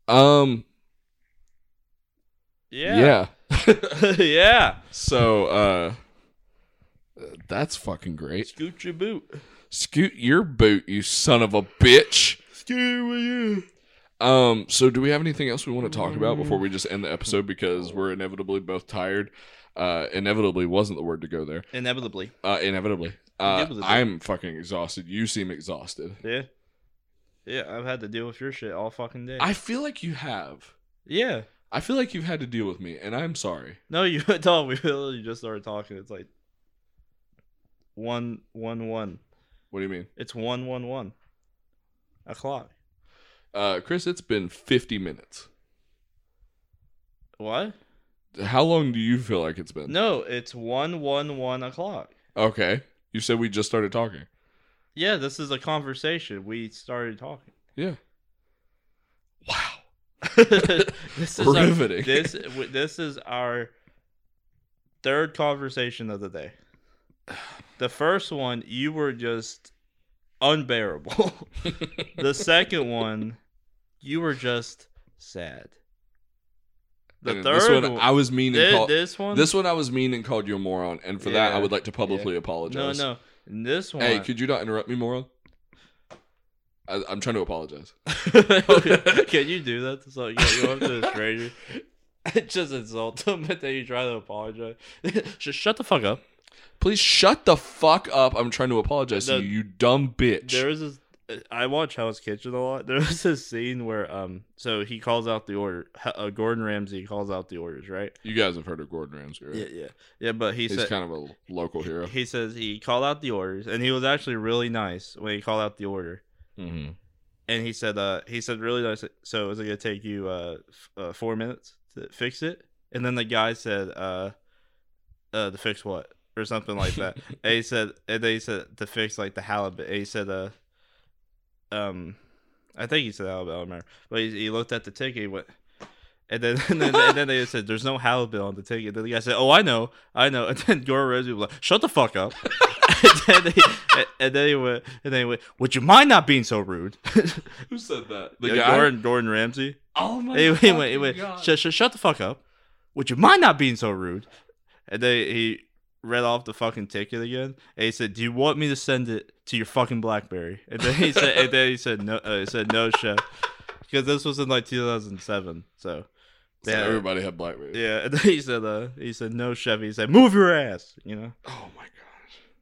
Um Yeah. yeah. (laughs) Yeah. yeah. So uh that's fucking great. Scoot your boot. Scoot your boot, you son of a bitch. Scoot with you. Um, so do we have anything else we want to talk about before we just end the episode because we're inevitably both tired. Uh, inevitably wasn't the word to go there. Inevitably. Uh, inevitably. Uh, Inevitably. I'm fucking exhausted. You seem exhausted. Yeah. Yeah, I've had to deal with your shit all fucking day. I feel like you have. yeah. I feel like you've had to deal with me, and I'm sorry. No, you (laughs) don't. We literally just started talking. It's like one, one, one. What do you mean, It's one, one, one. O'clock. uh, Chris? It's been 50 minutes. What? How long do you feel like it's been? No, it's one, one, one o'clock. Okay. You said we just started talking. Yeah, this is a conversation. We started talking. Yeah. Wow. (laughs) this is our, Riveting. this w- this is our third conversation of the day. The first one you were just unbearable. (laughs) the second one you were just sad. The And then this third one, one, I was mean and thi- called. this one This one I was mean and called you a moron, and for that I Yeah. would like to publicly apologize. No, no. This one (laughs) Hey, could you not interrupt me, moron? I, I'm trying to apologize. Can you do that to someone? You go up to a stranger, (laughs) just insult them, but then you try to apologize. (laughs) just shut the fuck up. Please shut the fuck up. I'm trying to apologize No. to you, you dumb bitch. There is this. I watch Hell's Kitchen a lot. (laughs) There was this scene where, um, so he calls out the order. H- Uh, Gordon Ramsay calls out the orders, right? you guys have heard of Gordon Ramsay, right? Yeah, yeah, yeah. But he He's said kind of a (laughs) local hero. he says he called out the orders, and he was actually really nice when he called out the order. Mm-hmm. And he said, uh, he said really nice. So is it gonna take you uh, f- uh four minutes to fix it? And then the guy said, uh, uh, to fix what or something like that. and he said, and then he said to fix like the halibut. And he said, uh, um, I think he said halibut. I don't remember. But he, he looked at the ticket. He went, and then (laughs) and then, and then they said, "There's no halibut on the ticket." then the guy said, "Oh, I know, I know." (laughs) And then Gordon Ramsay was like, "Shut the fuck up." (laughs) and, then he, and, then he went, and then he went, "Would you mind not being so rude?" (laughs) Who said that? The Yeah, guy. Gordon, Gordon Ramsay. oh my He, he went, he fucking went, God. shut, shut, shut the fuck up. Would you mind not being so rude? And then he read off the fucking ticket again. And he said, "Do you want me to send it to your fucking BlackBerry?" And then he said, and then he said, "No," uh, he said, "No, chef," because this was in like 2007. So, So yeah, Everybody had Blackberry. yeah. And then he said, uh, he said, "No, chef." He said, "Move your ass," you know. Oh my gosh.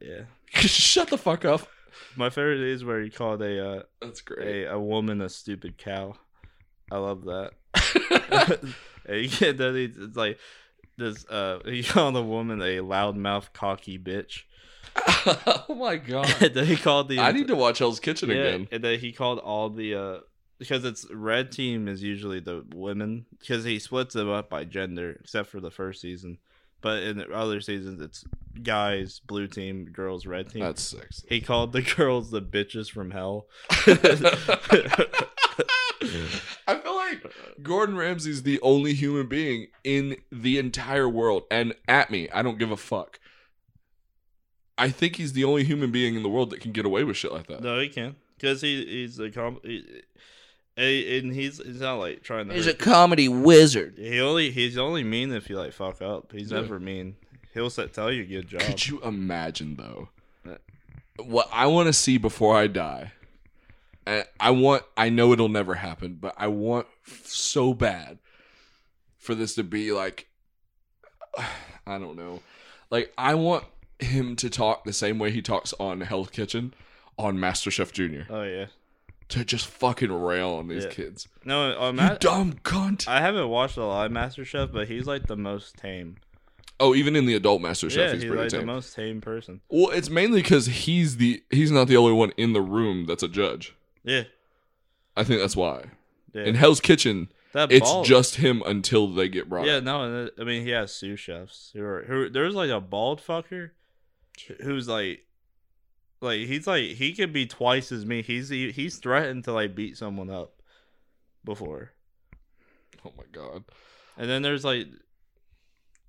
Yeah. (laughs) shut the fuck up. My favorite is where he called a uh, That's great. a, a woman a stupid cow. I love (laughs) that. (laughs) and you get that it's it's like this uh (laughs) he called a woman a loudmouth cocky bitch. (laughs) (laughs) oh my god! and then he called the I need to watch Hell's Kitchen yeah, again. And then he called all the uh because it's red team is usually the women because he splits them up by gender except for the first season. But in the other seasons it's guys, blue team, girls, red team. That's sexy. he called the (laughs) girls the bitches from hell. (laughs) (laughs) I feel like Gordon Ramsay's the only human being in the entire world, and at me, I don't give a fuck. I think he's the only human being in the world that can get away with shit like that. No, he can because he he's a com- he, he- and he's he's not like trying to. He's a hurt comedy wizard. you. he only he's only mean if you like fuck up. He's Yeah. never mean. He'll say, tell you good job. Could you imagine though? Uh. What I want to see before I die, and I want I know it'll never happen, but I want f- so bad for this to be like (sighs) I don't know. Like I want him to talk the same way he talks on Hell's Kitchen on MasterChef Junior oh yeah. to just fucking rail on these Yeah. kids. No, um, you I, dumb cunt. I haven't watched a lot of Master Chef, but he's like the most tame. oh, even in the adult MasterChef, yeah, he's he's pretty like the tame. most tame person. well, it's mainly because he's the he's not the only one in the room that's a judge. Yeah, I think that's why. yeah. In Hell's Kitchen, that it's bald- just him until they get brought. Yeah, Yeah. no, and it- I mean he has sous chefs who are who. There's like a bald fucker who's like, like he's like he could be twice as me. He's he, he's threatened to like beat someone up before, Oh my god. and then there's like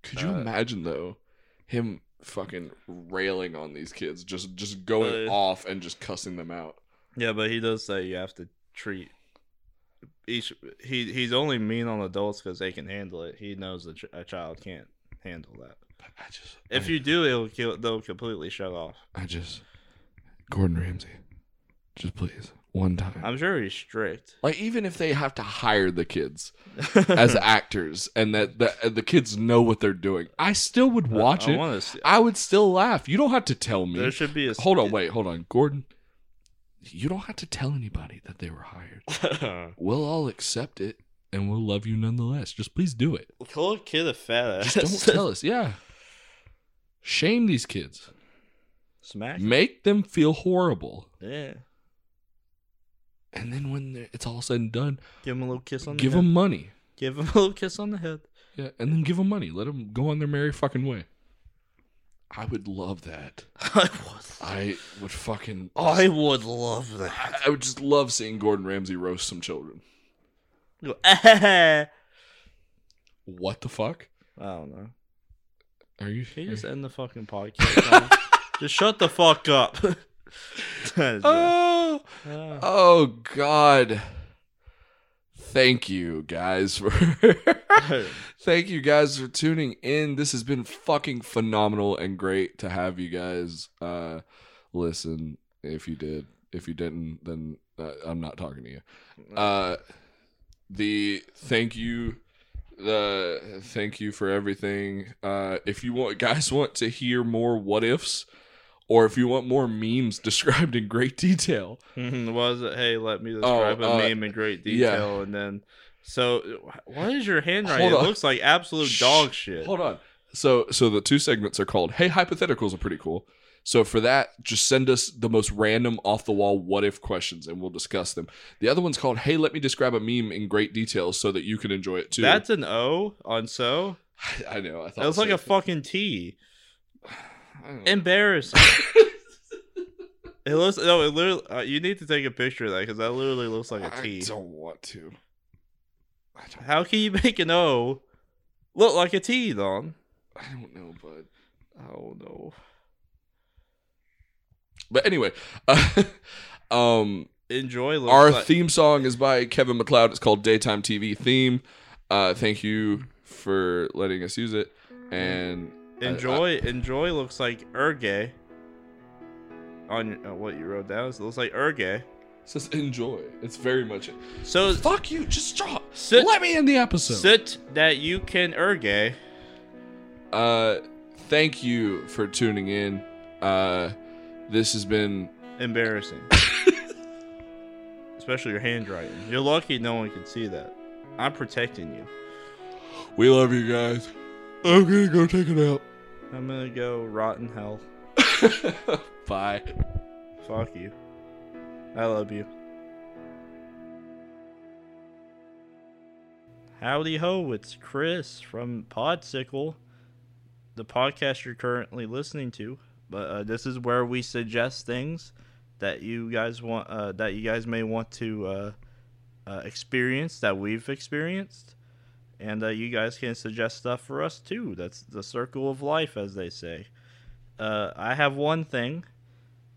Could you Uh, imagine though, him fucking railing on these kids, just just going Uh, off and just cussing them out. yeah, but he does say you have to treat each. He he's only mean on adults because they can handle it. He knows that a child can't handle that. I just If I- you do, it'll kill. They'll completely shut off. I just Gordon Ramsay, just please one time. I'm sure he's strict. like even if they have to hire the kids (laughs) as actors and that the the kids know what they're doing, I still would watch Uh, I, it. wanna see- I would still laugh. You don't have to tell me. there should be a Hold on, wait, hold on, Gordon. You don't have to tell anybody that they were (laughs) hired. We'll all accept it, and we'll love you nonetheless. Just please do it. Call a kid a fat ass. Just don't tell us. Yeah. Shame these kids. (laughs) Smack. Make them feel horrible, Yeah. and then when they're- it's all said and done, Give him a little kiss on give the head. them money. Give him a little kiss on the head. (laughs) Yeah, and then give them money. Let them go on their merry fucking way. I would love that. I would. I would fucking. I would love I I would just love seeing Gordon Ramsay roast some children. (laughs) that. What the fuck? I don't know. Are you? Can you are just end the fucking (laughs) podcast? Tom? just shut the fuck up. (laughs) Oh, Uh, oh God! Thank you guys for (laughs) (laughs) thank you guys for tuning in. This has been fucking phenomenal and great to have you guys uh, listen. If you did, if you didn't, then uh, I'm not talking to you. Uh, the thank you the thank you for everything uh if you want guys want to hear more what ifs or if you want more memes (laughs) described in great detail was it? Hey, let me describe uh, a meme in great yeah. detail, and then. So, wh- what is your handwriting? It Hold on. looks like absolute Shh. dog shit. Hold on. So so the two segments are called Hey Hypotheticals are pretty cool. So for that, just send us the most random off the wall what if questions and we'll discuss them. The other one's called Hey Let Me Describe a Meme in Great Detail so that you can enjoy it too. That's an O on so. (laughs) I know. I thought That was like so. a fucking T. I don't know. (laughs) Embarrassing. it looks no. It literally. Uh, you need to take a picture of that because that literally looks like a I T. don't want to. I don't, How can you make an O look like a T, Don? I don't know, bud. Oh no. But anyway, (laughs) uh, um, Enjoy. Looks our like- theme song is by Kevin McLeod. It's called Daytime TV Theme. Uh, thank you for letting us use it. And I- enjoy. enjoy looks like erge. On your- uh, what you wrote down, so it looks like erge. It says enjoy. It's very much it. So Fuck you. Just stop. Sit- Let me end the episode. sit that you can erge. Uh, thank you for tuning in. Uh, this has been Embarrassing. especially your handwriting. You're lucky no one can see that. I'm protecting you. We love you guys. I'm gonna go take it out. I'm gonna go rot in hell. Bye. Fuck you. I love you. Howdy ho, it's Chris from Podsicle, the podcast you're currently listening to. But uh, this is where we suggest things that you guys want, uh, that you guys may want to uh, uh, experience, that we've experienced, and uh, you guys can suggest stuff for us too. That's the circle of life, as they say. Uh, I have one thing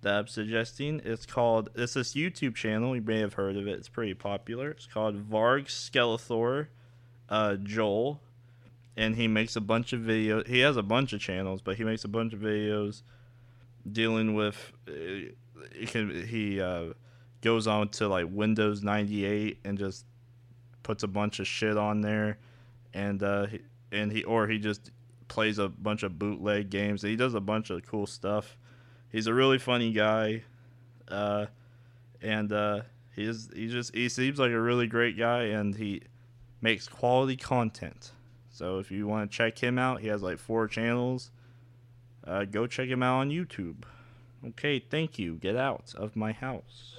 that I'm suggesting. It's called it's this YouTube channel. You may have heard of it. It's pretty popular. It's called Varg Skeletor, uh, Joel, and he makes a bunch of videos. He has a bunch of channels, but he makes a bunch of videos dealing with. uh, It can, he uh, goes on to like Windows 98 and just puts a bunch of shit on there, and uh, he- and he or he just plays a bunch of bootleg games. He does a bunch of cool stuff he's a really funny guy uh and uh he's he just he seems like a really great guy and he makes quality content so if you want to check him out he has like four channels uh go check him out on youtube okay thank you get out of my house